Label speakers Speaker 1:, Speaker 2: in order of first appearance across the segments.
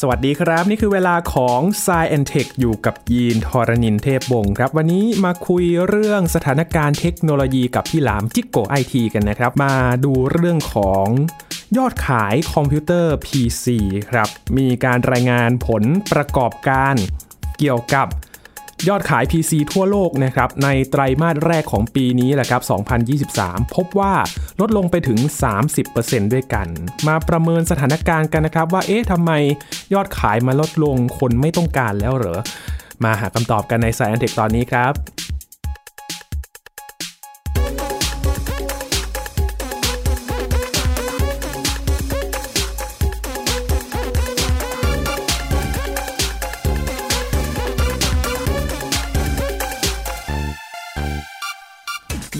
Speaker 1: สวัสดีครับ นี่คือเวลาของ s ซแอนเทคอยู่กับยีนทรณินเทพบงศ์ครับ วันนี้มาคุยเรื่องสถานการณ์เทคโนโลยีกับพี่หลามจิกโกไอทีกันนะครับ มาดูเรื่องของยอดขายคอมพิวเตอร์ PC ครับ มีการรายงานผลประกอบการเกี่ยวกับ ยอดขาย PC ทั่วโลกนะครับในไตรามาสแรกของปีนี้แหละครับ 2023 พบว่าลดลงไปถึง 30%ด้วยกัน มาประเมินสถานการณ์กันนะครับ ว่าเอ๊ะทำไมยอดขายมาลดลงคนไม่ต้องการแล้วเหรอ มาหาคำตอบกันใน Science Tech ตอนนี้ครับ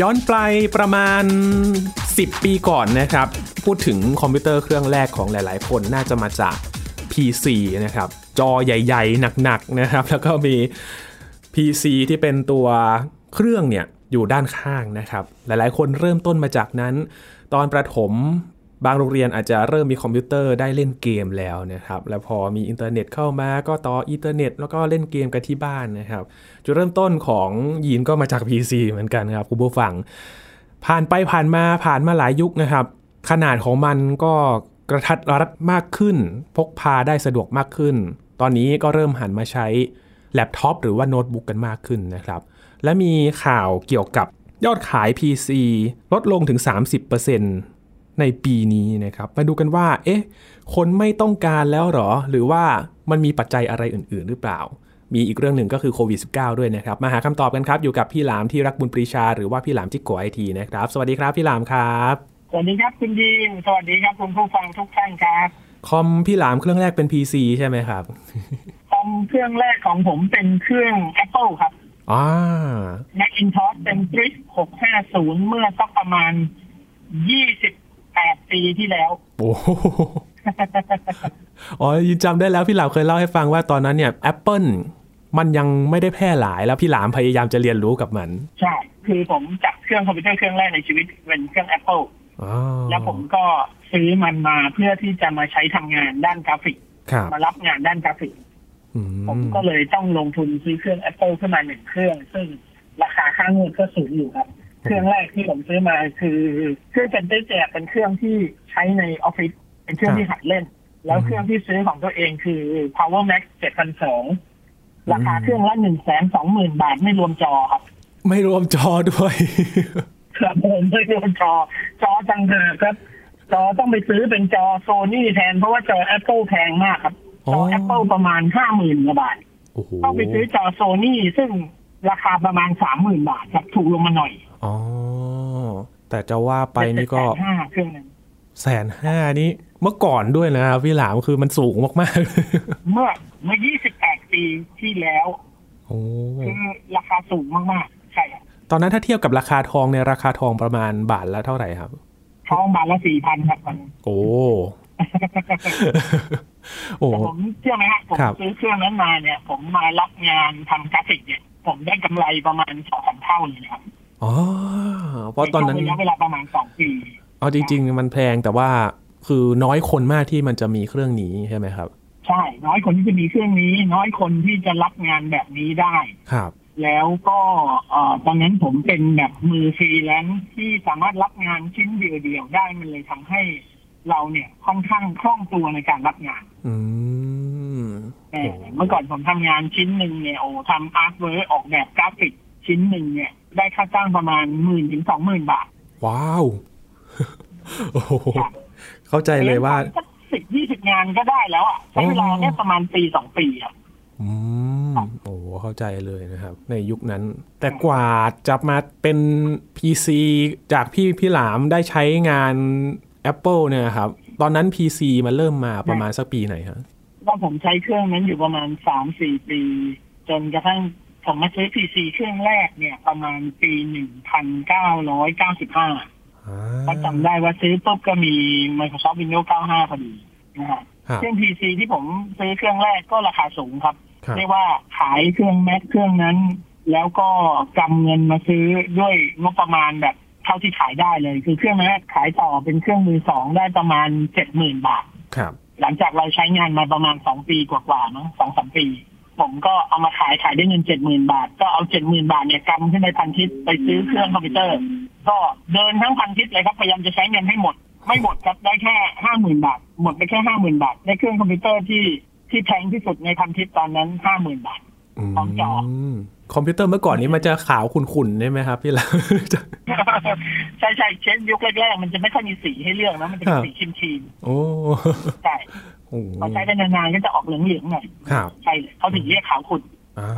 Speaker 1: ย้อนไปประมาณ 10 ปีก่อนนะครับ พูดถึงคอมพิวเตอร์เครื่องแรกของหลาย ๆ คนน่าจะมาจาก PC นะครับ จอใหญ่ ๆ หนัก ๆ นะครับ แล้วก็มี PC ที่เป็นตัวเครื่องเนี่ย อยู่ด้านข้างนะครับ หลาย ๆ คนเริ่มต้นมาจากนั้น ตอนประถมบางโรงเรียนอาจจะเริ่มมีคอมพิวเตอร์ได้เล่นเกมแล้วนะครับ แล้วพอมีอินเทอร์เน็ตเข้ามาก็ต่ออินเทอร์เน็ตแล้วก็เล่นเกมกันที่บ้านนะครับจุดเริ่มต้นของยีนก็มาจาก PC เหมือนกันครับคุณผู้ฟัง ผ่านไปผ่านมาผ่านมาหลายยุคนะครับ ขนาดของมันก็กระทัดรัดมากขึ้น พกพาได้สะดวกมากขึ้น ตอนนี้ก็เริ่มหันมาใช้แล็ปท็อปหรือว่าโน้ตบุ๊กกันมากขึ้นนะครับ และมีข่าวเกี่ยวกับยอดขาย PC ลดลงถึง 30%ในปีนี้นะครับ มาดูกันว่า เอ๊ะ คนไม่ต้องการแล้วเหรอ หรือว่ามันมีปัจจัยอะไรอื่น ๆ หรือเปล่า มีอีกเรื่องหนึ่งก็คือโควิด -19 ด้วยนะครับ มาหาคำตอบกันครับ อยู่กับพี่หลามที่รักบุญปรีชา หรือว่าพี่หลามจิกโกไอทีนะครับ สวัสดีครับพี่หลามครับ
Speaker 2: สวัสดีครับคุณยีนสวัสดีครับคุณผู้ฟังทุกท่านครับ
Speaker 1: คอมพี่หลามเครื่องแรกเป็น PC ใช่ไหมครับ
Speaker 2: คอมเครื่องแรกของผมเป็นเครื่อง Apple ครับ
Speaker 1: อ่า
Speaker 2: Macintosh เป็นทริส650 เมื่อสักประมาณ 28 ปีที่แล้ว
Speaker 1: โอ้โหอ๋อยินจำได้แล้วพี่หลามเคยเล่าให้ฟังว่าตอนนั้นเนี่ย Apple มันยังไม่ได้แพร่หลายแล้วพี่หลามพยายามจะเรียนรู้กับมัน
Speaker 2: ใช่ คือผมจับเครื่องคอมพิวเตอร์เครื่องแรกในชีวิตเป็นเครื่อง Apple
Speaker 1: อ๋อ
Speaker 2: แล้วผมก็ซื้อมันมาเพื่อที่จะมาใช้ทำงานด้านกราฟิก
Speaker 1: ครับ
Speaker 2: มารับงานด้านกราฟิก
Speaker 1: อื
Speaker 2: ผมก็เลยต้องลงทุนซื้อเครื่อง Apple ขึ้นมาหนึ่งเครื่อง ซึ่งราคาค่างวดก็สูงอยู่ครับ เครื่องแรกที่ผมซื้อมาคือเครื่องเป็นเต้แจกเป็นเครื่องที่ใช้ในออฟฟิศเป็นเครื่องที่หัดเล่น แล้วเครื่องที่ซื้อของตัวเองคือ Power Max 7002ราคาเครื่องละหนึ่งแสนสองหมื่นบาทไม่รวมจอครับ
Speaker 1: ไม่รวมจอด้วย
Speaker 2: ครับ ผมไม่รวมจอ จอจังเถอะครับ จอต้องไปซื้อเป็นจอโซนี่แทน เพราะว่าจอ Apple แพงมากครับจอ
Speaker 1: อ
Speaker 2: Apple ประมาณห้าหมื่นกว่าบาท
Speaker 1: โอ้โห
Speaker 2: ต้องไปซื้อจอโซนี่ซึ่งราคาประมาณสามหมื่นบาทครับถูกลงมาหน่อย
Speaker 1: อ๋อ แต่จะว่าไปนี่ก็
Speaker 2: 700,000ห้าเครื่องหนึง
Speaker 1: แสนห้านี้เมื่อก่อนด้วยนะครับพี่หลามคือมันสูงมากๆ
Speaker 2: เมื่อเมื่อ 28 ปีที่แล้ว
Speaker 1: โอ้
Speaker 2: คือราคาสูงมากๆ ใช่ครับ
Speaker 1: ตอนนั้นถ้าเทียบกับราคาทองเนี่ยราคาทองประมาณบาทละเท่าไหร่ครับ
Speaker 2: ทองบาทละสี่พันครับตอนนี้
Speaker 1: โอ้ โอ้
Speaker 2: แต่ผมเชื่อไหมฮะผม
Speaker 1: ครับ
Speaker 2: ซื้อเครื่องนั้นมาเนี่ย ผมมารับงานทำกราฟิกเนี่ย ผมได้กำไรประมาณสองสามเท่าเลยนะครับ
Speaker 1: อ๋อเพราะตอนนั้น
Speaker 2: ใช่วงระยะเวลาประมาณสองปี
Speaker 1: เอาจริง ๆ มันแพงแต่ว่าคือน้อยคนมากที่มันจะมีเครื่องนี้ใช่ไหมครับ
Speaker 2: ใช่ น้อยคนที่จะมีเครื่องนี้ น้อยคนที่จะรับงานแบบนี้ได้
Speaker 1: ครับ
Speaker 2: แล้วก็เอ่อตอนนั้นผมเป็นแบบมือฟรีแลนซ์ที่สามารถรับงานชิ้นเดียวๆได้มันเลยทำให้เราเนี่ยค่อนข้างคล่องตัวในการรับงาน
Speaker 1: อืม
Speaker 2: เออเมื่อก่อนผมทำงานชิ้นหนึ่งเนี่ยโอ้ทำอาร์ตเวิร์ออกแบบกราฟิกชิ้นหนึ่งเนี่ย ได้ค่าจ้างประมาณหมื่นถึงสองหมื่นบาท
Speaker 1: ว้ าว โอ้โหเข้าใจเลยว่า
Speaker 2: สิบยี่สิบงานก็ได้แล้วอ่ะใช้เวลาเนี่ยประมาณปีสองปีอ่ะ
Speaker 1: อืม โอ้โหเข้าใจเลยนะครับ ในยุคนั้น แต่กว่าจะมาเป็น PC จากพี่พี่หลามได้ใช้งาน Apple เนี่ยครับ ตอนนั้น PC มันเริ่มมาประมาณสักปีไหนฮะ
Speaker 2: ว่าผมใช้เครื่องนั้นอยู่ประมาณสามสี่ปี จนกระทั่งผมมาซื้อ PC เครื่องแรกเนี่ย ประมาณปีหนึ่งพันเก้าร้อยเก้าสิบห้า
Speaker 1: อ่า
Speaker 2: ก็จำได้ว่าซื้อปุ๊บก็มี Microsoft Windows 95 พอดีนะฮะ
Speaker 1: ครับ
Speaker 2: เครื่อง PC ที่ผมซื้อเครื่องแรกก็ราคาสูงครับ
Speaker 1: ครับ
Speaker 2: เรียกว่าขายเครื่องแมคเครื่องนั้น แล้วก็กำเงินมาซื้อด้วยงบประมาณแบบเท่าที่ขายได้เลย คือเครื่องแมคขายต่อเป็นเครื่องมือสองได้ประมาณเจ็ดหมื่นบาท
Speaker 1: ครับ
Speaker 2: เค หลังจากเราใช้งานมาประมาณสองปีกว่าๆมั้งสองสามปี ผมก็เอามาขายขายได้เงินเจ็ดหมื่นบาท ก็เอาเจ็ดหมื่นบาทเนี่ยกำขึ้นไปพันทิปไปซื้อเครื่องคอมพิวเตอร์ ก็เดินทั้งพันทิปเลยครับพยายามจะใช้เงินให้หมด ไม่หมดครับได้แค่ห้าหมื่นบาท หมดไปแค่ห้าหมื่นบาทในเครื่องคอมพิวเตอร์ที่ที่แพงที่สุดในพันทิปตอนนั้นห้าหมื่นบาท ของจอ
Speaker 1: มคอมพิวเตอร์เมื่อก่อนนี้มันจะขาวขุ่นๆใช่ไหม ครับพี่ลา จะ
Speaker 2: ใช่ใช่ๆเช่นยุคแรกๆมันจะไม่ค่อยมีสีให้เลือกนะมันจะเป็นสีครีม
Speaker 1: โอ้
Speaker 2: ๆใช่
Speaker 1: โอ้โห
Speaker 2: พอใช้ได้นานๆก็จะออกเหลืองๆหน่อย
Speaker 1: ครับ
Speaker 2: ใช่เลยเขาถึงเรียกขาวขุ่น
Speaker 1: อ่า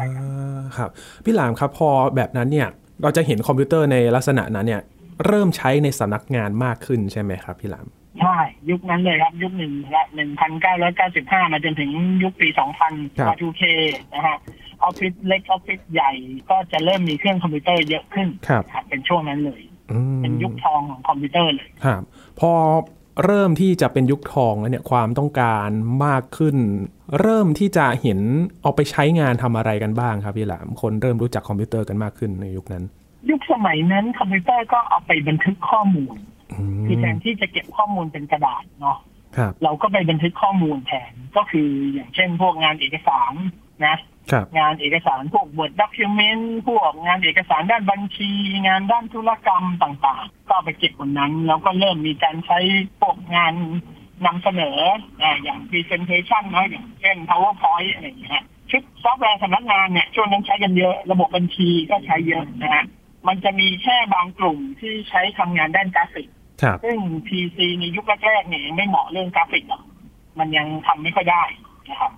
Speaker 1: ครับ พี่หลามครับพอแบบนั้นเนี่ย เราจะเห็นคอมพิวเตอร์ในลักษณะนั้นเนี่ย เริ่มใช้ในสำนักงานมากขึ้นใช่ไหมครับพี่หลาม
Speaker 2: ใช่ยุคนั้นเลยครับยุคหนึ่งละหนึ่งพันเก้าร้อยเก้าสิบห้ามาจนถึงยุคปีสองพัน
Speaker 1: ครับ
Speaker 2: ทูเคนะฮะออฟฟิศเล็กออฟฟิศใหญ่ก็จะเริ่มมีเครื่องคอมพิวเตอร์เยอะขึ้น
Speaker 1: ครับ
Speaker 2: ครับเป็นช่วงนั้นเลย
Speaker 1: อืม
Speaker 2: เป็นยุคทองของคอมพิวเตอร์เลย
Speaker 1: ครับ พอเริ่มที่จะเป็นยุคทองแล้วเนี่ยความต้องการมากขึ้น เริ่มที่จะเห็นเอาไปใช้งานทำอะไรกันบ้างครับพี่หลาม คนเริ่มรู้จักคอมพิวเตอร์กันมากขึ้นในยุคนั้น
Speaker 2: ยุคสมัยนั้นคอมพิวเตอร์ก็เอาไปบันทึกข้อมูล
Speaker 1: อืม
Speaker 2: คือแทนที่จะเก็บข้อมูลเป็นกระดาษเนาะ
Speaker 1: ครับ
Speaker 2: เราก็ไปบันทึกข้อมูลแทนก็คืออย่างเช่นพวกงานเอกสารนะ
Speaker 1: ครับ
Speaker 2: งานเอกสารพวกบทด็อกิเมนต์พวกงานเอกสารด้านบัญชี งานด้านธุรกรรมต่างๆ ก็เอาไปเก็บบนนั้น แล้วก็เริ่มมีการใช้พวกงานนำเสนออ่าอย่าง presentation นะอย่างเช่น powerpoint อะไรอย่างเงี้ยชุดซอฟต์แวร์สำนักงานเนี่ยช่วงนั้นใช้กันเยอะระบบบัญชีก็ใช้เยอะนะฮะมันจะมีแค่บางกลุ่มที่ใช้ทำงานด้านกราฟิก
Speaker 1: ครับ
Speaker 2: ซึ่ง PC ในยุคแรกๆเนี่ยยังไม่เหมาะเรื่องกราฟิกหรอกมันยังทำไม่ค่อยได้นะครับ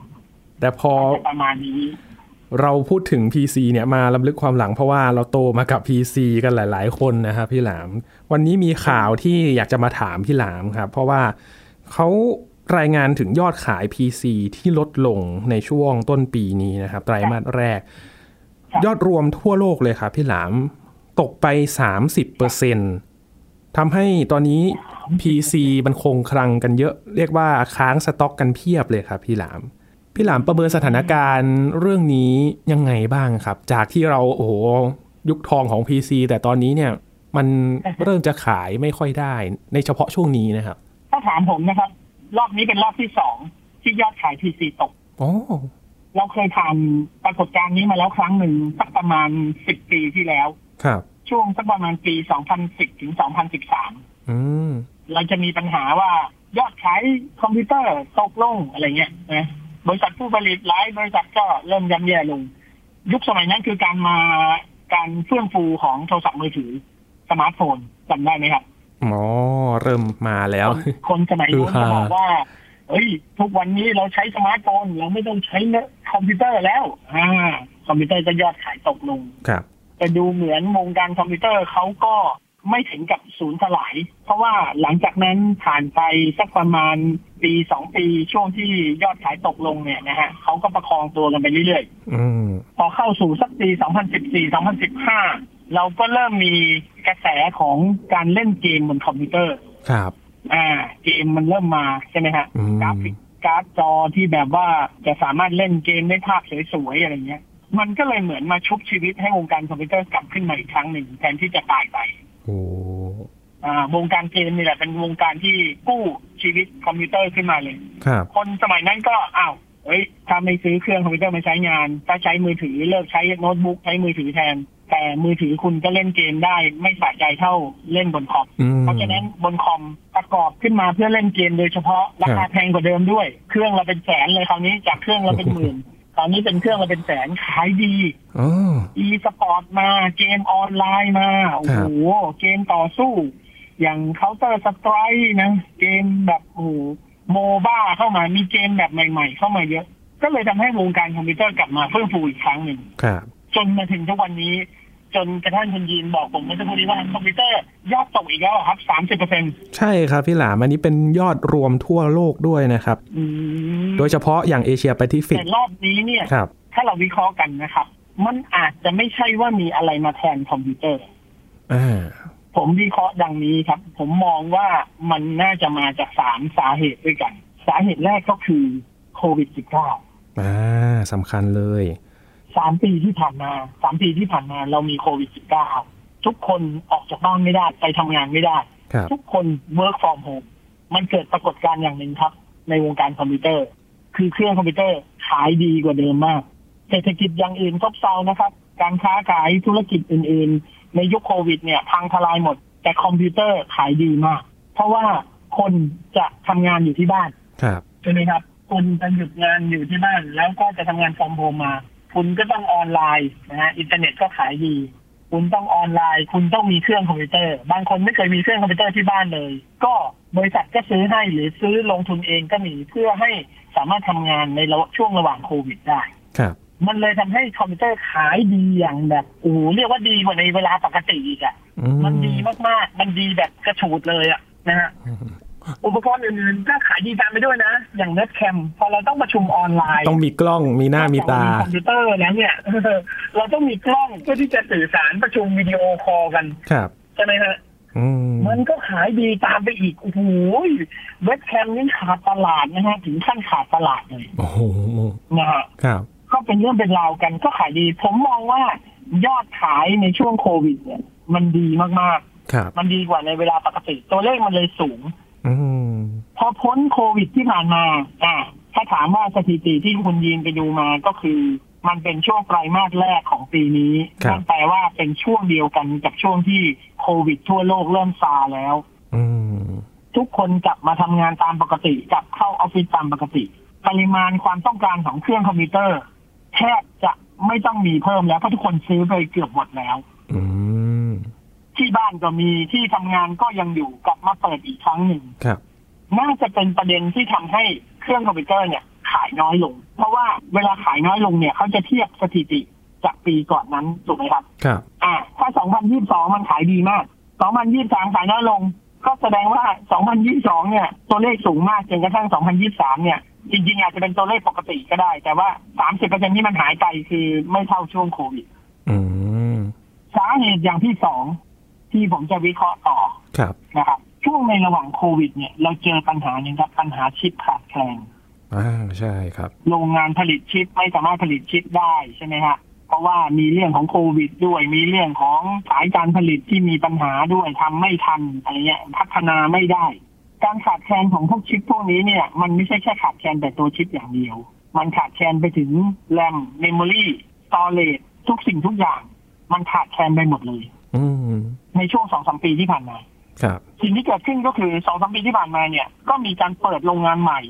Speaker 1: แต่พอ
Speaker 2: ก็ประมาณนี้
Speaker 1: เราพูดถึง PC เนี่ยมาลำลึกความหลังเพราะว่าเราโตมากับ PC กันหลาย ๆ คนนะครับพี่หลาม วันนี้มีข่าวที่อยากจะมาถามพี่หลามครับ เพราะว่าเขารายงานถึงยอดขาย PC ที่ลดลงในช่วงต้นปีนี้นะครับไตรมาสแรก
Speaker 2: ครับ
Speaker 1: ยอดรวมทั่วโลกเลยครับพี่หลามตกไป 30%ทำให้ตอนนี้ PC มันคงคลังกันเยอะ เรียกว่าค้างสต็อกกันเพียบเลยครับพี่หลาม พี่หลามประเมินสถานการณ์เรื่องนี้ยังไงบ้างครับ จากที่เราโอ้โหยุคทองของ PC แต่ตอนนี้เนี่ย มันเริ่มจะขายไม่ค่อยได้ ในเฉพาะช่วงนี้นะครับ
Speaker 2: ถ้าถามผมนะครับ รอบนี้เป็นรอบที่สองที่ยอดขาย PC ตก
Speaker 1: อ๋อ
Speaker 2: เราเคยผ่านปรากฏการณ์นี้มาแล้วครั้งหนึ่งสักประมาณ 10 ปีที่แล้ว
Speaker 1: ครับ
Speaker 2: ช่วงสักประมาณปี 2010 ถึง 2013
Speaker 1: อืม
Speaker 2: เราจะมีปัญหาว่ายอดขายคอมพิวเตอร์ตกลงอะไรเงี้ยนะบริษัทผู้ผลิตหลายบริษัทก็เริ่มย่ำแย่ลง ยุคสมัยนั้นคือการมาการเฟื่องฟูของโทรศัพท์มือถือสมาร์ทโฟนจำได้ไหมครับ
Speaker 1: อ๋อเริ่มมาแล้ว
Speaker 2: คนสมัยนู้น
Speaker 1: คือฮา
Speaker 2: จะบอกว่า เฮ้ย ทุกวันนี้เราใช้สมาร์ทโฟน เราไม่ต้องใช้เนอะคอมพิวเตอร์แล้ว อ่า คอมพิวเตอร์ก็ยอดขายตกลง
Speaker 1: ครับ
Speaker 2: แต่ดูเหมือนวงการคอมพิวเตอร์เขาก็ไม่ถึงกับศูนย์สลาย เพราะว่าหลังจากนั้นผ่านไปสักประมาณปีสองปีช่วงที่ยอดขายตกลงเนี่ยนะฮะเขาก็ประคองตัวกันไปเรื่อยๆ
Speaker 1: อืม
Speaker 2: พอเข้าสู่สักปี 2014 2015 เราก็เริ่มมีกระแสของการเล่นเกมบนคอมพิวเตอร์
Speaker 1: ครับ
Speaker 2: อ่า เกมมันเริ่มมาใช่ไหมฮะ
Speaker 1: อืม
Speaker 2: กราฟิกการ์ดจอที่แบบว่าจะสามารถเล่นเกมได้ภาพสวยๆอะไรเงี้ย มันก็เลยเหมือนมาชุบชีวิตให้วงการคอมพิวเตอร์กลับขึ้นมาอีกครั้งหนึ่งแทนที่จะตายไป
Speaker 1: โอ้
Speaker 2: อ่าวงการเกมนี่แหละเป็นวงการที่กู้ชีวิตคอมพิวเตอร์ขึ้นมาเลย
Speaker 1: ครับ
Speaker 2: คนสมัยนั้นก็อ้าวเอ้ยถ้าไม่ซื้อเครื่องคอมพิวเตอร์มาใช้งาน ถ้าใช้มือถือเลิกใช้โน้ตบุ๊กใช้มือถือแทน แต่มือถือคุณก็เล่นเกมได้ ไม่สะใจเท่าเล่นบนคอม
Speaker 1: อืม
Speaker 2: เพราะฉะนั้นบนคอมประกอบขึ้นมาเพื่อเล่นเกมโดยเฉพาะรา
Speaker 1: ครั
Speaker 2: คา
Speaker 1: บ
Speaker 2: แพงกว่าเดิมด้วย เครื่องเราเป็นแสนเลยคราวนี้จากเครื่องเราเป็นหมื่นตอนนี้เป็นเครื่องเราเป็นแสนขายดี
Speaker 1: อ๋อ
Speaker 2: อีสปอร์ตมาเกมออนไลน์มาโอ้
Speaker 1: ครั
Speaker 2: โห
Speaker 1: บ
Speaker 2: เกมต่อสู้ อย่างเคาน์เตอร์สไตร์นะ เกมแบบโอ้โมบ้าเข้ามามีเกมแบบใหม่ๆ เข้ามาเยอะ ก็เลยทำให้วงการคอมพิวเตอร์กลับมาเฟื่องฟูอีกครั้งหนึ่ง
Speaker 1: ครับ
Speaker 2: จนมาถึงทุกวันนี้ จนกระทั่งคุณยีนบอกผมเมื่อสักครู่นี้ว่าคอมพิวเตอร์ยอดตกอีกแล้วอะครับสามสิบเปอร์เซ็นต์
Speaker 1: ใช่ครับพี่หลาม อันนี้เป็นยอดรวมทั่วโลกด้วยนะครับ โดยเฉพาะอย่างเอเชียแปซิฟิก
Speaker 2: แต่รอบนี้เนี่ย
Speaker 1: ครับ
Speaker 2: ถ้าเราวิเคราะห์กันนะครับ มันอาจจะไม่ใช่ว่ามีอะไรมาแทนคอมพิวเตอร์
Speaker 1: อ่า
Speaker 2: ผมวิเคราะห์ดังนี้ครับ ผมมองว่ามันน่าจะมาจากสามสาเหตุด้วยกัน สาเหตุแรกก็คือโควิด -19
Speaker 1: อ่าสำคัญเลย
Speaker 2: สามปีที่ผ่านมาสามปีที่ผ่านมาเรามีโควิด -19 ทุกคนออกจากบ้านไม่ได้ ไปทำงานไม่ได้
Speaker 1: ครับ
Speaker 2: ทุกคน work from home มันเกิดปรากฏการณ์อย่างหนึ่งครับ ในวงการคอมพิวเตอร์ คือเครื่องคอมพิวเตอร์ขายดีกว่าเดิมมาก เศรษฐกิจอย่างอื่นซบเซานะครับ การค้าขายธุรกิจอื่น ๆ ในยุคโควิด เนี่ยพังทลายหมด แต่คอมพิวเตอร์ขายดีมาก เพราะว่าคนจะทำงานอยู่ที่บ้าน
Speaker 1: ครับ
Speaker 2: ใช่ไหมครับ คุณจะหยุดงานอยู่ที่บ้าน แล้วก็จะทำงานฟอร์มโฮมมา คุณก็ต้องออนไลน์นะฮะ อินเทอร์เน็ตก็ขายดี คุณต้องออนไลน์ คุณต้องมีเครื่องคอมพิวเตอร์ บางคนไม่เคยมีเครื่องคอมพิวเตอร์ที่บ้านเลย ก็บริษัทก็ซื้อให้หรือซื้อลงทุนเองก็มีเพื่อให้สามารถทำงานในระหว่างช่วงระหว่างโควิดได้
Speaker 1: ครับ
Speaker 2: มันเลยทำให้คอมพิวเตอร์ขายดีอย่างแบบโอ้โหเรียกว่าดีกว่าในเวลาปกติอีกอะ่ะ
Speaker 1: อื
Speaker 2: มันดีมากๆ มันดีแบบกระฉูดเลยอะ่ะนะฮะ อุปกรณ์อื่นๆก็ขายดีตามไปด้วยนะ อย่างเว็บแคมพอเราต้องประชุมออนไลน์
Speaker 1: ต้องมีกล้องมีหน้ามีตา
Speaker 2: คอมพิวเตอร์แล้วเนี่ย เราต้องมีกล้องเพื่อที่จะสื่อสารประชุมวิดีโอคอลกัน
Speaker 1: ครับ
Speaker 2: ใช่ไหมฮะ
Speaker 1: อืม
Speaker 2: มันก็ขายดีตามไปอีกโอ้โหเว็บแคมนี่ขาดตลาดนะฮะถึงขั้นขาดตลาดเลย
Speaker 1: โอ้โห
Speaker 2: นะฮะ
Speaker 1: ครับ
Speaker 2: ก็เป็นเรื่องเป็นราวกันก็ขายดี ผมมองว่ายอดขายในช่วงโควิด เนี่ย มันดีมาก
Speaker 1: ครับ
Speaker 2: ๆ มันดีกว่าในเวลาปกติ ตัวเลขมันเลยสูง
Speaker 1: อืม
Speaker 2: พอพ้นโควิดที่ผ่านมา อ่า ถ้าถามว่าสถิติที่คุณยีนไปดูมาก็คือ มันเป็นช่วงไตรมาสแรกของปีนี้นั่นแปลว่าเป็นช่วงเดียวกันกับช่วงที่โควิดทั่วโลกเริ่มซาแล้ว
Speaker 1: อืม
Speaker 2: ทุกคนกลับมาทำงานตามปกติกลับเข้าออฟฟิศตามปกติ ปริมาณความต้องการของเครื่องคอมพิวเตอร์แทบจะไม่ต้องมีเพิ่มแล้วเพราะทุกคนซื้อไปเกือบหมดแล้ว
Speaker 1: อืม
Speaker 2: ที่บ้านก็มีที่ทำงานก็ยังอยู่กลับมาเปิดอีกครั้งหนึ่ง
Speaker 1: ครับ
Speaker 2: น่าจะเป็นประเด็นที่ทำให้เครื่องคอมพิวเตอร์เนี่ยขายน้อยลง เพราะว่าเวลาขายน้อยลงเนี่ยเขาจะเทียบสถิติจากปีก่อนนั้นถูกไหมครับ
Speaker 1: ครับ
Speaker 2: อ่า ถ้า 2022 มันขายดีมาก 2023 ขายน้อยลง ก็แสดงว่า 2022 เนี่ย ตัวเลขสูงมากจนกระทั่ง 2023 เนี่ย จริงๆ อาจจะเป็นตัวเลขปกติก็ได้ แต่ว่า 30%ที่มันหายไปคือไม่เท่าช่วงโควิด
Speaker 1: อืม
Speaker 2: สาเหตุอย่างที่สองที่ผมจะวิเคราะห์ต่อ
Speaker 1: ครับ
Speaker 2: นะครับช่วงในระหว่างโควิดเนี่ยเราเจอปัญหาหนึ่งครับปัญหาชิปขาดแคลน
Speaker 1: อ่าใช่ครับ
Speaker 2: โรงงานผลิตชิปไม่สามารถผลิตชิปได้ใช่ไหมฮะเพราะว่ามีเรื่องของโควิดด้วย มีเรื่องของสายการผลิตที่มีปัญหาด้วยทำไม่ทันอะไรเงี้ยพัฒนาไม่ได้ การขาดแคลนของพวกชิปพวกนี้เนี่ยมันไม่ใช่แค่ขาดแคลนแต่ตัวชิปอย่างเดียว มันขาดแคลนไปถึงแรมเมมโมรี่สตอเรจทุกสิ่งทุกอย่าง มันขาดแคลนไปหมดเลย
Speaker 1: อืม
Speaker 2: ในช่วงสองสามปีที่ผ่านมา
Speaker 1: ครับ
Speaker 2: สิ่งที่เกิดขึ้นก็คือสองสามปีที่ผ่านมาเนี่ย ก็มีการเปิดโรงงานใหม่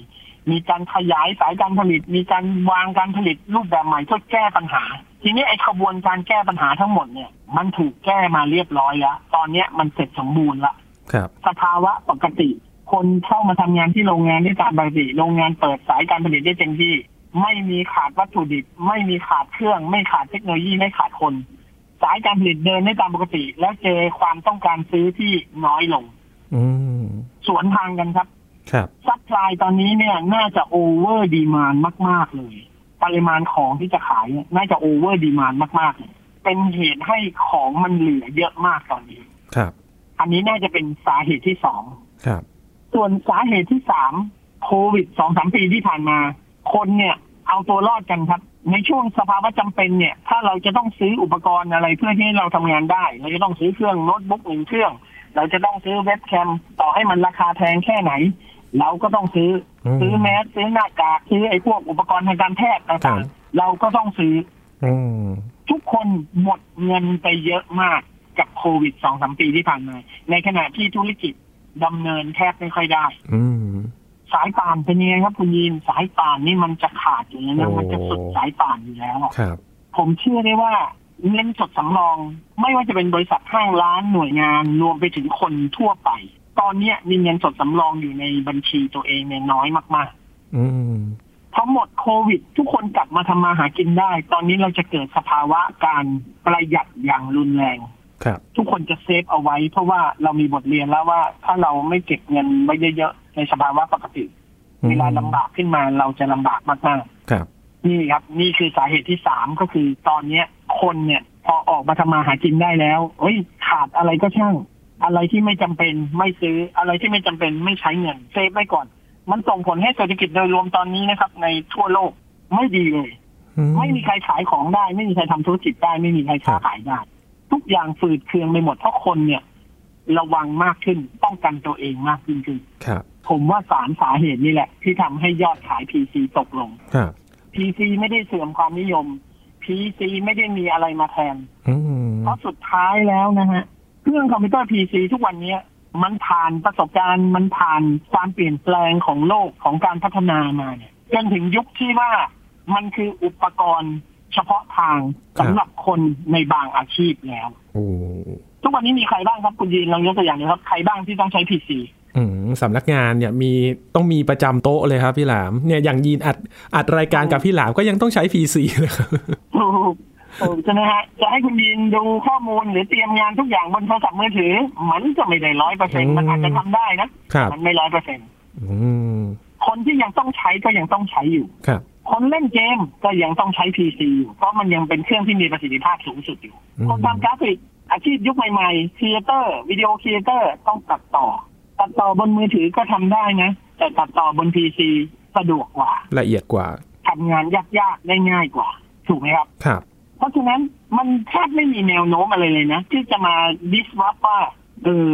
Speaker 2: มีการขยายสายการผลิต มีการวางการผลิตรูปแบบใหม่เพื่อแก้ปัญหา ทีนี้ไอ้ขบวนการแก้ปัญหาทั้งหมดเนี่ย มันถูกแก้มาเรียบร้อยแล้ว ตอนเนี้ยมันเสร็จสมบูรณ์ละ
Speaker 1: ครับ
Speaker 2: สภาวะปกติ คนเข้ามาทำงานที่โรงงานได้ตามปกติ โรงงานเปิดสายการผลิตได้เต็มที่ ไม่มีขาดวัตถุดิบ ไม่มีขาดเครื่อง ไม่ขาดเทคโนโลยี ไม่ขาดคน สายการผลิตเดินได้ตามปกติ แล้วเจอความต้องการซื้อที่น้อยลง
Speaker 1: อืม
Speaker 2: สวนทางกันครับ
Speaker 1: ครับ
Speaker 2: ซัพพลายตอนนี้เนี่ยน่าจะโอเวอร์ดีมานมาก ๆ เลย ปริมาณของที่จะขายเนี่ยน่าจะโอเวอร์ดีมานมากๆเลยเป็นเหตุให้ของมันเหลือเยอะมากตอนนี้
Speaker 1: ครับ
Speaker 2: อันนี้น่าจะเป็นสาเหตุที่สอง
Speaker 1: ครับ
Speaker 2: ส่วนสาเหตุที่สามโควิดสองสามปีที่ผ่านมา คนเนี่ยเอาตัวรอดกันครับ ในช่วงสภาวะจำเป็นเนี่ย ถ้าเราจะต้องซื้ออุปกรณ์อะไรเพื่อที่ให้เราทำงานได้ เราจะต้องซื้อเครื่องโน้ตบุ๊กหนึ่งเครื่อง เราจะต้องซื้อเว็บแคมต่อให้มันราคาแพงแค่ไหน เราก็ต้องซื้ออซื้อแมสซื้อหน้ากากซื้อไอ้พวกอุปกรณ์ทางการแพทย์ต่างๆเราก็ต้องซื้อ
Speaker 1: อืม
Speaker 2: ทุกคนหมดเงินไปเยอะมากกับโควิดสองสามปีที่ผ่านมาในขณะที่ธุรกิจดำเนินแทบไม่ค่อยได้
Speaker 1: อืม
Speaker 2: สายป่านเป็นยังไงครับคุณยีนสายป่านนี่มันจะขาดอยู่แล้วนะ
Speaker 1: โอ้
Speaker 2: มันจะสุดสายป่านอยู่แล้วอะ
Speaker 1: ครับ
Speaker 2: ผมเชื่อได้ว่าเงินสดสำรอง ไม่ว่าจะเป็นบริษัทห้างร้านหน่วยงานรวมไปถึงคนทั่วไป ตอนเนี้ยมีเงินสดสำรองอยู่ในบัญชีตัวเองเนี่ยน้อยมาก
Speaker 1: อืม
Speaker 2: ๆเพราะหมดโควิด ทุกคนกลับมาทำมาหากินได้ ตอนนี้เราจะเกิดสภาวะการประหยัดอย่างรุนแรง
Speaker 1: ครับ
Speaker 2: ทุกคนจะเซฟเอาไว้ เพราะว่าเรามีบทเรียนแล้วว่าถ้าเราไม่เก็บเงินไว้เยอะๆในสภาวะปกติ
Speaker 1: อืม
Speaker 2: เวลาลำบากขึ้นมาเราจะลำบากมาก
Speaker 1: ครับ
Speaker 2: ๆนี่ครับ นี่คือสาเหตุที่สามก็คือตอนเนี้ย คนเนี่ย พอออกมาทำมาหากินได้แล้วเอ้ยขาดอะไรก็ช่าง อะไรที่ไม่จำเป็นไม่ซื้ออะไรที่ไม่จำเป็นไม่ใช้เงินเซฟไว้ก่อน มันส่งผลให้เศรษฐกิจโดยรวมตอนนี้นะครับ ในทั่วโลกไม่ดีเลย
Speaker 1: อื
Speaker 2: ไม่มีใครขายของได้ ไม่มีใครทำธุรกิจได้ ไม่มีใครค้าขายได้ ทุกอย่างฝืดเคืองไปหมดเพราะคนเนี่ย ระวังมากขึ้นป้องกันตัวเองมากยิ่งขึ้น
Speaker 1: ครับ
Speaker 2: ผมว่าสามสาเหตุนี่แหละ ที่ทำให้ยอดขาย PC ตกลง
Speaker 1: ครับ
Speaker 2: PC ไม่ได้เสื่อมความนิยม PC ไม่ได้มีอะไรมาแทน
Speaker 1: อืม
Speaker 2: เพราะสุดท้ายแล้วนะฮะเครื่องคอมพิวเตอร์ PC ทุกวันเนี้ยมันผ่านประสบการณ์มันผ่านความเปลี่ยนแปลงของโลกของการพัฒนามาเนี่ยจนถึงยุคที่ว่ามันคืออุปกรณ์เฉพาะทางสำหรับคนในบางอาชีพแล้ว
Speaker 1: โอ้
Speaker 2: ทุกวันนี้มีใครบ้างครับคุณยีนลองยกตัวอย่างหนะครับ ใครบ้างที่ต้องใช้ PC
Speaker 1: อืมสำนักงานเนี่ยมีต้องมีประจำโต๊ะเลยครับพี่หลามเนี่ยอย่างยีนอัดอัดรายการกับพี่หลามก็ยังต้องใช้ PC เลยครับ
Speaker 2: ถูกถูกใช่ไหมฮะจะให้คุณยีนดูข้อมูลหรือเตรียมงานทุกอย่างบนโทรศัพท์มือถือ มันก็ไม่ได้ร้อยเปอร์เซ็นต์มันอาจจะทำได้นะครับ มันไม่ร้อยเปอร์เซ็นต์
Speaker 1: อืม
Speaker 2: คนที่ยังต้องใช้ก็ยังต้องใช้อยู่
Speaker 1: ครับ
Speaker 2: คนเล่นเกมก็ยังต้องใช้ PC อยู่ เพราะมันยังเป็นเครื่องที่มีประสิทธิภาพสูงสุดอยู่
Speaker 1: อืม
Speaker 2: คนทำกราฟิกอาชีพยุคใหม่ๆครีเอเตอร์วิดีโอครีเอเตอร์ต้องตัดต่อ ตัดต่อบนมือถือก็ทำได้นะ แต่ตัดต่อบน PC สะดวกกว่า
Speaker 1: ละเอียดกว่า
Speaker 2: ทำงานยากๆได้ง่ายกว่า ถูกไหมครับ
Speaker 1: ครับ
Speaker 2: เพราะฉะนั้นมันแทบไม่มีแนวโน้มอะไรเลยนะ ที่จะมา disrupt ว่าเออ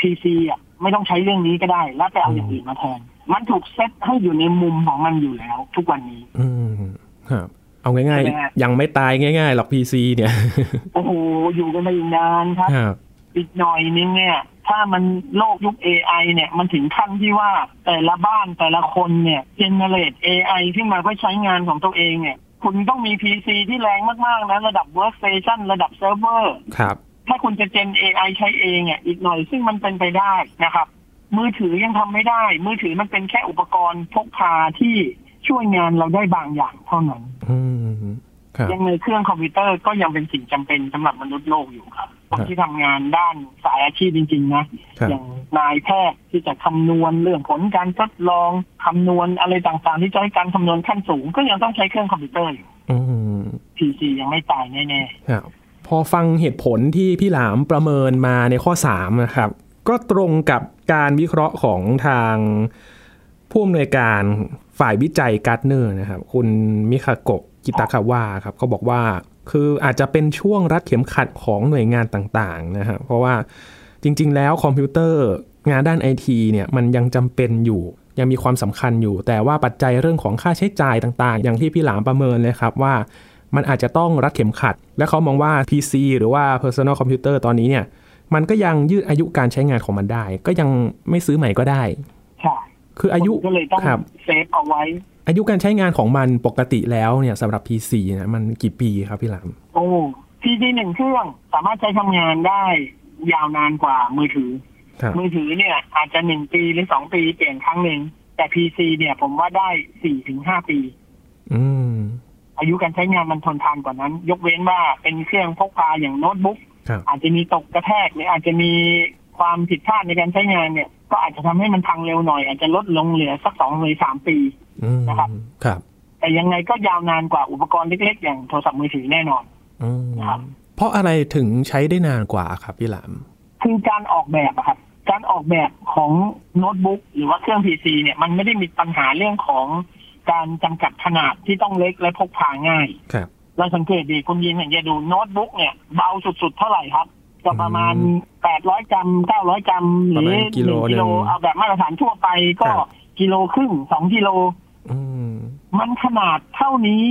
Speaker 2: PC อ่ะไม่ต้องใช้เรื่องนี้ก็ได้ แล้วไปเอาอย่างอื่นมาแทน มันถูกเซตให้อยู่ในมุมของมันอยู่แล้ว ทุกวันนี้
Speaker 1: อืมครับ เอาง่าย
Speaker 2: ใช่ไหมฮะ
Speaker 1: ๆ ยังไม่ตายง่ายๆหรอก PC เนี่ย
Speaker 2: โอ้โห อยู่กันไปอีกนานครับ
Speaker 1: ครับ
Speaker 2: อีกหน่อยนึงเนี่ย ถ้ามันโลกยุค AI เนี่ย มันถึงขั้นที่ว่าแต่ละบ้านแต่ละคนเนี่ยเจเนเรต AI ขึ้นมาเพื่อใช้งานของตัวเองเนี่ย คุณต้องมี PC ที่แรงมาก ๆ นะ ระดับ Workstation ระดับ Server
Speaker 1: ครับ
Speaker 2: ถ้าคุณจะเจน AI ใช้เองเนี่ยอีกหน่อยซึ่งมันเป็นไปได้นะครับ มือถือยังทำไม่ได้ มือถือมันเป็นแค่อุปกรณ์พกพาที่ช่วยงานเราได้บางอย่างเท่านั้น
Speaker 1: อืมครับ
Speaker 2: ยังในเครื่องคอมพิวเตอร์ก็ยังเป็นสิ่งจำเป็นสำหรับมนุษย์โลกอยู่ครับคนที่ทำงานด้านสายอาชีพจริง ๆ นะ
Speaker 1: ครับ
Speaker 2: อย่างนายแพทย์ที่จะคำนวณเรื่องผลการทดลองคำนวณอะไรต่างๆ ที่จะให้การคำนวณขั้นสูง ก็ยังต้องใช้เครื่องคอมพิวเตอร์อยู่
Speaker 1: อืม
Speaker 2: PC ยังไม่ตายแน่
Speaker 1: ครับพอฟังเหตุผลที่พี่หลามประเมินมาในข้อ 3 นะครับ ก็ตรงกับการวิเคราะห์ของทางผู้อำนวยการฝ่ายวิจัยการ์ดเนอร์นะครับ คุณมิคาโกะกิตาคาวาครับเขาบอกว่าคืออาจจะเป็นช่วงรัดเข็มขัดของหน่วยงานต่างๆนะครับเพราะว่าจริงๆ แล้วคอมพิวเตอร์งานด้านไอทีเนี่ยมันยังจำเป็นอยู่ ยังมีความสำคัญอยู่ แต่ว่าปัจจัยเรื่องของค่าใช้จ่ายต่างๆ อย่างที่พี่หลามประเมินเลยครับว่า มันอาจจะต้องรัดเข็มขัด และเขามองว่า PC หรือว่า Personal Computer ตอนนี้เนี่ย มันก็ยังยืดอายุการใช้งานของมันได้ ก็ยังไม่ซื้อใหม่ก็ได้
Speaker 2: ๆใช่
Speaker 1: คืออายุ
Speaker 2: คนก็เลยต้อง
Speaker 1: ครับ
Speaker 2: เซฟเอาไว้
Speaker 1: อายุการใช้งานของมันปกติแล้วเนี่ยสำหรับ PC นะมันกี่ปีครับพี่หลาม
Speaker 2: โอ้พีซีหนึ่งเครื่องสามารถใช้ทำงานได้ยาวนานกว่ามือถือ
Speaker 1: ครับ
Speaker 2: มือถือเนี่ย อาจจะหนึ่งปีหรือสองปีเปลี่ยนครั้งหนึ่งแต่พีซีเนี่ยผมว่าได้สี่ถึงห้าปี
Speaker 1: อืม
Speaker 2: อายุการใช้งานมันทนทานกว่านั้น ยกเว้นว่าเป็นเครื่องพกพาอย่างโน้ตบุ๊ก
Speaker 1: ครับ
Speaker 2: อาจจะมีตกกระแทกหรืออาจจะมีความผิดพลาดในการใช้งานเนี่ย ก็อาจจะทำให้มันพังเร็วหน่อย อาจจะลดลงเหลือสักสองหรือสามปี
Speaker 1: อืม
Speaker 2: นะครับ
Speaker 1: ครับ
Speaker 2: แต่ยังไงก็ยาวนานกว่าอุปกรณ์เล็กๆ อย่างโทรศัพท์มือถือแน่นอน
Speaker 1: อืม
Speaker 2: ครับ
Speaker 1: เพราะอะไรถึงใช้ได้นานกว่าครับพี่หลาม
Speaker 2: คือการออกแบบอะครับ การออกแบบของโน้ตบุ๊กหรือว่าเครื่องพีซีเนี่ยมันไม่ได้มีปัญหาเรื่องของการจำกัดขนาดที่ต้องเล็กและพกพาง่าย
Speaker 1: ครับ
Speaker 2: เราสังเกตดีคุณยินสังเกตดูโน้ตบุ๊กเนี่ยเบาสุดๆ เท่าไหร่ครับ จะประมาณ
Speaker 1: อืม
Speaker 2: 800 กรัม 900 กรัม หรื
Speaker 1: ป
Speaker 2: อ
Speaker 1: ระมาณกิโล
Speaker 2: 1กิโล
Speaker 1: หนึ่ง
Speaker 2: เอาแบบมาตรฐานทั่วไปก็
Speaker 1: ครับ
Speaker 2: กิโลครึ่ง 2 กิโล
Speaker 1: อืม
Speaker 2: มันขนาดเท่านี้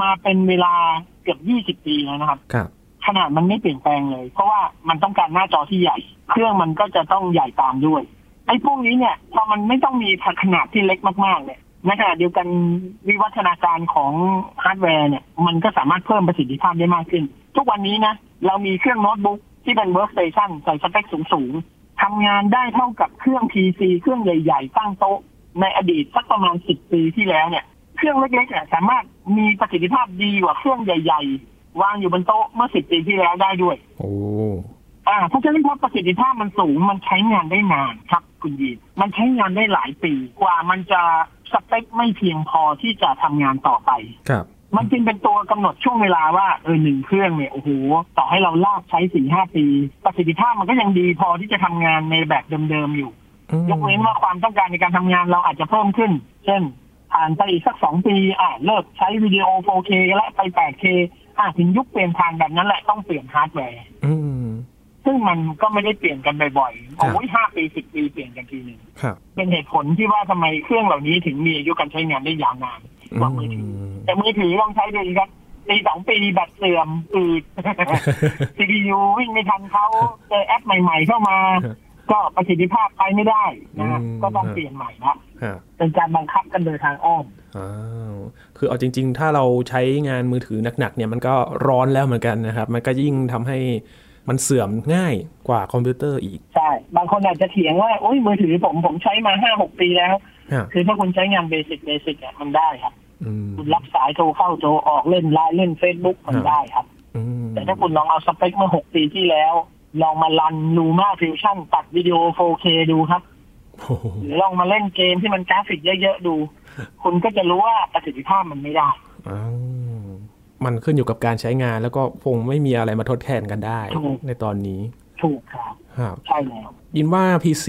Speaker 2: มาเป็นเวลาเกือบ 20 ปีแล้วนะครับ
Speaker 1: ครับ
Speaker 2: ขนาดมันไม่เปลี่ยนแปลงเลย เพราะว่ามันต้องการหน้าจอที่ใหญ่ เครื่องมันก็จะต้องใหญ่ตามด้วย ไอ้พวกนี้เนี่ยพอมันไม่ต้องมีขนาดที่เล็กมากๆเนี่ยในขณะเดียวกันวิวัฒนาการของฮาร์ดแวร์เนี่ย มันก็สามารถเพิ่มประสิทธิภาพได้มากขึ้น ทุกวันนี้นะ เรามีเครื่องโน้ตบุ๊กที่เป็นเวิร์กสเตชันใส่สเปคสูงๆทำงานได้เท่ากับเครื่อง PC เครื่องใหญ่ๆตั้งโต๊ะ ในอดีตสักประมาณสิบปีที่แล้วเนี่ย เครื่องเล็กๆเนี่ยสามารถมีประสิทธิภาพดีกว่าเครื่องใหญ่ ๆ วางอยู่บนโต๊ะเมื่อสิบปีที่แล้วได้ด้วย
Speaker 1: โอ้
Speaker 2: อ่าเพราะฉะนั้นพอประสิทธิภาพมันสูงมันใช้งานได้นานครับคุณยีนมันใช้งานได้หลายปีกว่ามันจะสเปคไม่เพียงพอที่จะทำงานต่อไป
Speaker 1: ครับ
Speaker 2: มันจึงเป็นตัวกำหนดช่วงเวลาว่าเออหนึ่งเครื่องเนี่ยโอ้โหต่อให้เราลากใช้สี่ห้าปี ประสิทธิภาพมันก็ยังดีพอที่จะทำงานในแบบเดิมๆอยู่
Speaker 1: อืม
Speaker 2: ยกเว้นว่าความต้องการในการทำงานเราอาจจะเพิ่มขึ้น เช่น ผ่านไปอีกสักสองปีอ่าเลิกใช้วิดีโอ 4K และไป 8K อ่าถึงยุคเปลี่ยนผ่านแบบนั้นแหละต้องเปลี่ยนฮาร์ดแวร์
Speaker 1: อืม
Speaker 2: ซึ่งมันก็ไม่ได้เปลี่ยนกันบ่อย
Speaker 1: ครั
Speaker 2: ๆโอ้
Speaker 1: บ
Speaker 2: ยห้าปีสิบปีเปลี่ยนกันทีหนึ่ง
Speaker 1: ครับ
Speaker 2: เป็นเหตุผลที่ว่าทำไมเครื่องเหล่านี้ถึงมีอายุการใช้งานได้ยาวนานกว่ามือถืออ
Speaker 1: ม
Speaker 2: แต่มือถือลองใช้ดูสิครับปีสองปีแบตเสื่อมอืด CPU วิ่งไม่ทันเขาเจอแอปใหม่ ๆ เข้ามา
Speaker 1: ครับ
Speaker 2: ก็ประสิทธิภาพใช้ไม่ได้นะฮะ
Speaker 1: อืม
Speaker 2: ก็ต้องเปลี่ยนใหม่ละ
Speaker 1: ฮะ
Speaker 2: เป็นการบังคับกันโดยทางอ้อม
Speaker 1: อ้าวคือเอาจริง ๆ ถ้าเราใช้งานมือถือหนักๆเนี่ยมันก็ร้อนแล้วเหมือนกันนะครับ มันก็ยิ่งทำให้มันเสื่อมง่ายกว่าคอมพิวเตอร์อีก
Speaker 2: ใช่ บางคนอาจจะเถียงว่าโอ้ยมือถือผมผมใช้มาห้าหกปีแล้ว
Speaker 1: ฮะ
Speaker 2: คือถ้าคุณใช้งานเบสิกเบสิกเนี่ยมันได้ครับ
Speaker 1: อืม
Speaker 2: คุณรับสายโทรเข้าโทรออกเล่นไลน์เล่นเฟซบุ๊กมันได้ครับ
Speaker 1: อืม
Speaker 2: แต่ถ้าคุณลองเอาสเปคเมื่อหกปีที่แล้ว ลองมารันลูมาฟิวชั่นตัดวิดีโอ 4K ดูครับ
Speaker 1: โอ้โห
Speaker 2: หรือลองมาเล่นเกมที่มันกราฟิกเยอะๆดู คุณก็จะรู้ว่าประสิทธิภาพมันไม่ได้
Speaker 1: อ้าวมันขึ้นอยู่กับการใช้งานแล้วก็คงไม่มีอะไรมาทดแทนกันได้
Speaker 2: ถูก
Speaker 1: ในตอนนี้
Speaker 2: ถูกครับ
Speaker 1: ครับ
Speaker 2: ใช่แล้ว
Speaker 1: ยินว่า PC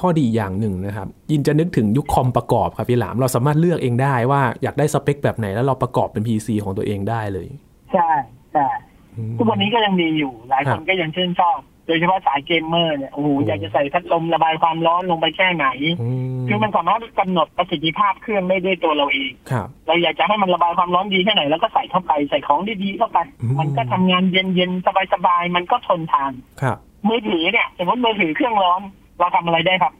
Speaker 1: ข้อดีอย่างหนึ่งนะครับ ยินจะนึกถึงยุคคอมประกอบครับพี่หลามเราสามารถเลือกเองได้ว่าอยากได้สเปคแบบไหนแล้วเราประกอบเป็น PC ของตัวเองได้เลย
Speaker 2: ใช่ใช่
Speaker 1: อืม
Speaker 2: ทุกวันนี้ก็ยังมีอยู่ หลายค
Speaker 1: ครั
Speaker 2: น
Speaker 1: บ
Speaker 2: ก็ยังชื่นชอบ โดยเฉพาะสายเกมเมอร์เนี่ยโอ้โห
Speaker 1: อืม
Speaker 2: อยากจะใส่พัดลมระบายความร้อนลงไปแค่ไหน
Speaker 1: อืม
Speaker 2: คือมันสามารถกำหนดประสิทธิภาพเครื่องได้ด้วยตัวเราเอง
Speaker 1: ครับ
Speaker 2: เราอยากจะให้มันระบายความร้อนดีแค่ไหน แล้วก็ใส่เข้าไปใส่ของดีๆเข้าไป
Speaker 1: อืม
Speaker 2: มันก็ทำงานเย็นๆ สบายๆ มันก็ทนทาน
Speaker 1: ครับ
Speaker 2: มือถือเนี่ยสมมติมือถือเครื่องร้อน เราทำอะไรได้ครับ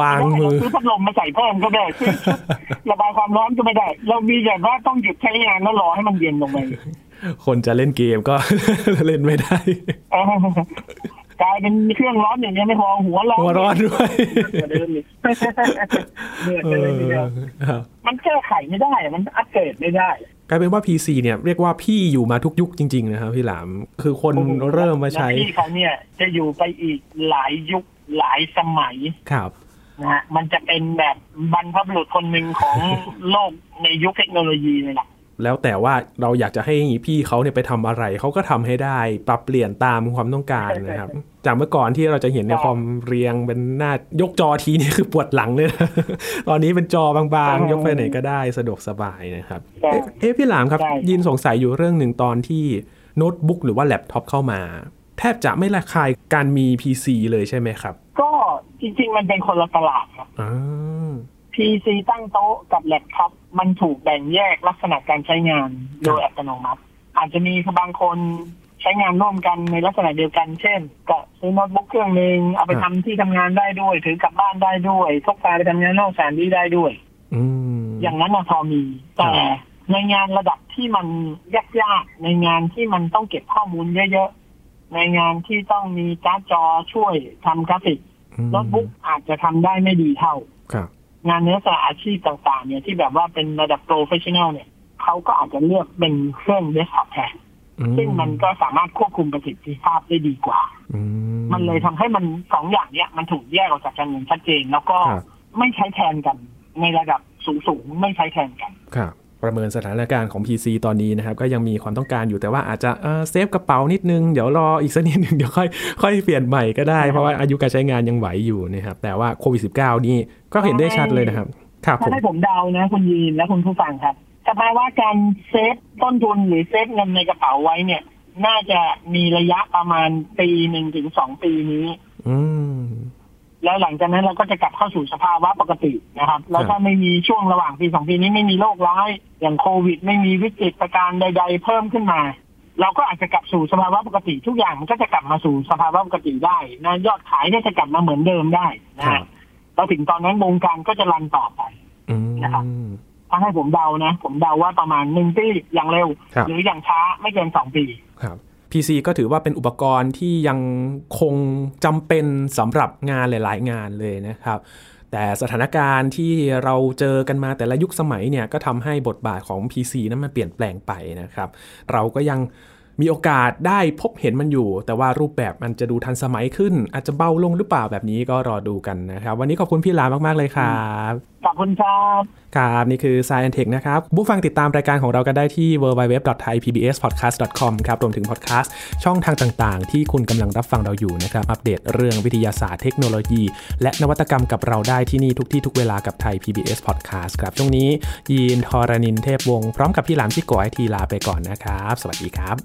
Speaker 1: วาง
Speaker 2: เรา
Speaker 1: มือ
Speaker 2: ซื้อพัดลมมาใส่เพิ่ม ก็ได้ซื้อชุดระบายความร้อนก็ไม่ได้ เรามีแต่ว่าต้องหยุดใช้งานแล้วรอให้มันเย็นลงไป
Speaker 1: คนจะเล่นเกมก็ เล่นไม่ได้
Speaker 2: เอ อกลายเป็นเครื่องร้อนอย่างเงี้ยไม่พอหัวร้อน
Speaker 1: หัวร้อนด้วย
Speaker 2: กว่าเดิมอีกเหนื่อยเกินทีเดียว
Speaker 1: เออครับ
Speaker 2: มันแก้ไขไม่ได้มันอัปเกรดไม่ได้
Speaker 1: กลายเป็นว่า PC เนี่ยเรียกว่าพี่อยู่มาทุกยุคจริง ๆ นะครับพี่หลาม คือคน
Speaker 2: โอ้โห
Speaker 1: เริ่มมาใช้
Speaker 2: แล้วพี่เขาเนี่ยจะอยู่ไปอีกหลายยุคหลายสมัย
Speaker 1: ครับ
Speaker 2: นะฮะมันจะเป็นแบบบรรพบุรุษคนหนึ่งของ โลกในยุคเทคโนโลยีเลยล่ะ
Speaker 1: แล้วแต่ว่าเราอยากจะให้พี่เขาเนี่ยไปทำอะไร เขาก็ทำให้ได้ ปรับเปลี่ยนตามความต้องการนะครับ จากเมื่อก่อนที่เราจะเห็นในคอมเรียงเป็นหน้าย กจอทีนี่คือปวดหลังเลยนะ ตอนนี้เป็นจอบางๆ ยกไปไหนก็ได้สะดวกสบายนะครับ
Speaker 2: แต่
Speaker 1: เอ๊ะเอ๊ะพี่หลามครับ
Speaker 2: ใช่
Speaker 1: ยินสงสัยอยู่เรื่องหนึ่งตอนที่โน้ตบุ๊กหรือว่าแล็ปท็อปเข้ามา แทบจะไม่ระคายการมี PC เลยใช่ไหมครับ
Speaker 2: ก็จริง ๆ มันเป็นคนละตลาดครับ
Speaker 1: อ่า
Speaker 2: PC ตั้งโต๊ะกับแล็ปท็อปมันถูกแบ่งแยกลักษณะการใช้งานโดยอัตโนมัติ อาจจะมีบางคนใช้งานร่วมกันในลักษณะเดียวกัน เช่น ก็ซื้อโน้ตบุ๊กเครื่องหนึ่งเอาไปทำที่ทำงานได้ด้วย ถือกลับบ้านได้ด้วยพกพาไปทำงานนอกสถานที่ได้ด้วย
Speaker 1: อืม
Speaker 2: อย่างนั้นนะพอมี
Speaker 1: ครับ
Speaker 2: แต่ในงานระดับที่มันยากๆในงานที่มันต้องเก็บข้อมูลเยอะๆ ในงานที่ต้องมีการ์ดจอช่วยทำกราฟิก
Speaker 1: อืม
Speaker 2: โน้ตบุ๊กอาจจะทำได้ไม่ดีเท่า
Speaker 1: ครับ
Speaker 2: งานเนื้อสาอาชีพต่างๆ เนี่ยที่แบบว่าเป็นระดับโปรเฟชชั่นอลเนี่ยเขาก็อาจจะเลือกเป็นเครื่องเดสก์ท็อปแทน
Speaker 1: อื
Speaker 2: ซึ่งมันก็สามารถควบคุมประสิทธิภาพได้ดีกว่า
Speaker 1: อื
Speaker 2: มันเลยทำให้มันสองอย่างเนี้ยมันถูกแยกออกจากกันอย่างชัดเจน แล้วก็
Speaker 1: ครับ
Speaker 2: ไม่ใช้แทนกัน ในระดับสูงๆไม่ใช้แทนกัน
Speaker 1: ครับ ประเมินสถานการณ์ของ PC ตอนนี้นะครับ ก็ยังมีความต้องการอยู่แต่ว่าอาจจะเอ่อเซฟกระเป๋านิดนึง เดี๋ยวรออีกสักนิดนึง เดี๋ยวค่อยค่อยเปลี่ยนใหม่ก็ได้ เพราะว่าอายุการใช้งานยังไหวอยู่นะครับแต่ว่าโควิด -19 นี่ก็เห็นได้ชัดเลยนะครับครับผ
Speaker 2: ถ้าม ให้ผมเดานะ คุณยีนและคุณผู้ฟังครับสภาวะการเซฟต้นทุนหรือเซฟเงินในกระเป๋าไว้เนี่ย น่าจะมีระยะประมาณปีหนึ่งถึงสองปีนี้
Speaker 1: อืม
Speaker 2: แล้วหลังจากนั้นเราก็จะกลับเข้าสู่สภาวะปกตินะครับ แล้วถ้าไม่มีช่วงระหว่างปีสองปีนี้ไม่มีโรคร้าย อย่างโควิด ไม่มีวิกฤตการณ์ใด ๆ เพิ่มขึ้นมา เราก็อาจจะกลับสู่สภาวะปกติ ทุกอย่างมันก็จะกลับมาสู่สภาวะปกติได้นะยอดขายก็จะกลับมาเหมือนเดิมได้นะครับ เราถึงตอนนั้นวงการก็จะรันต่อไป
Speaker 1: อื
Speaker 2: นะครับ
Speaker 1: ม
Speaker 2: ถ้าให้ผมเดานะ ผมเดาว่าประมาณหนึ่งปีอย่างเร็ว
Speaker 1: ครับ
Speaker 2: หรืออย่างช้าไม่เกินสองปี
Speaker 1: ครับ PC ก็ถือว่าเป็นอุปกรณ์ที่ยังคงจำเป็นสำหรับงานหลาย ๆ งานเลยนะครับ แต่สถานการณ์ที่เราเจอกันมาแต่ละยุคสมัยเนี่ยก็ทำให้บทบาทของ PC นั้นมันเปลี่ยนแปลงไปนะครับ เราก็ยังมีโอกาสได้พบเห็นมันอยู่ แต่ว่ารูปแบบมันจะดูทันสมัยขึ้น อาจจะเบาลงหรือเปล่าแบบนี้ก็รอดูกันนะครับ วันนี้ขอบคุณพี่หลามาก ๆ เลยครับ
Speaker 2: ขอบคุณครับ
Speaker 1: ครับ นี่คือ Science Tech นะครับผู้ฟังติดตามรายการของเรากันได้ที่ www.thaipbspodcast.com ครับรวมถึงพอดแคสต์ช่องทางต่างๆ ที่คุณกำลังรับฟังเราอยู่นะครับ อัปเดตเรื่องวิทยาศาสตร์เทคโนโลยี และนวัตกรรมกับเราได้ที่นี่ทุกที่ทุกเวลากับไทย PBS Podcast ครับ ช่วงนี้ ยีนทอรานินเทพวงศ์พร้อมกับพี่หลามชิโกไอทีลาไปก่อนนะครับ สวัสดีครับ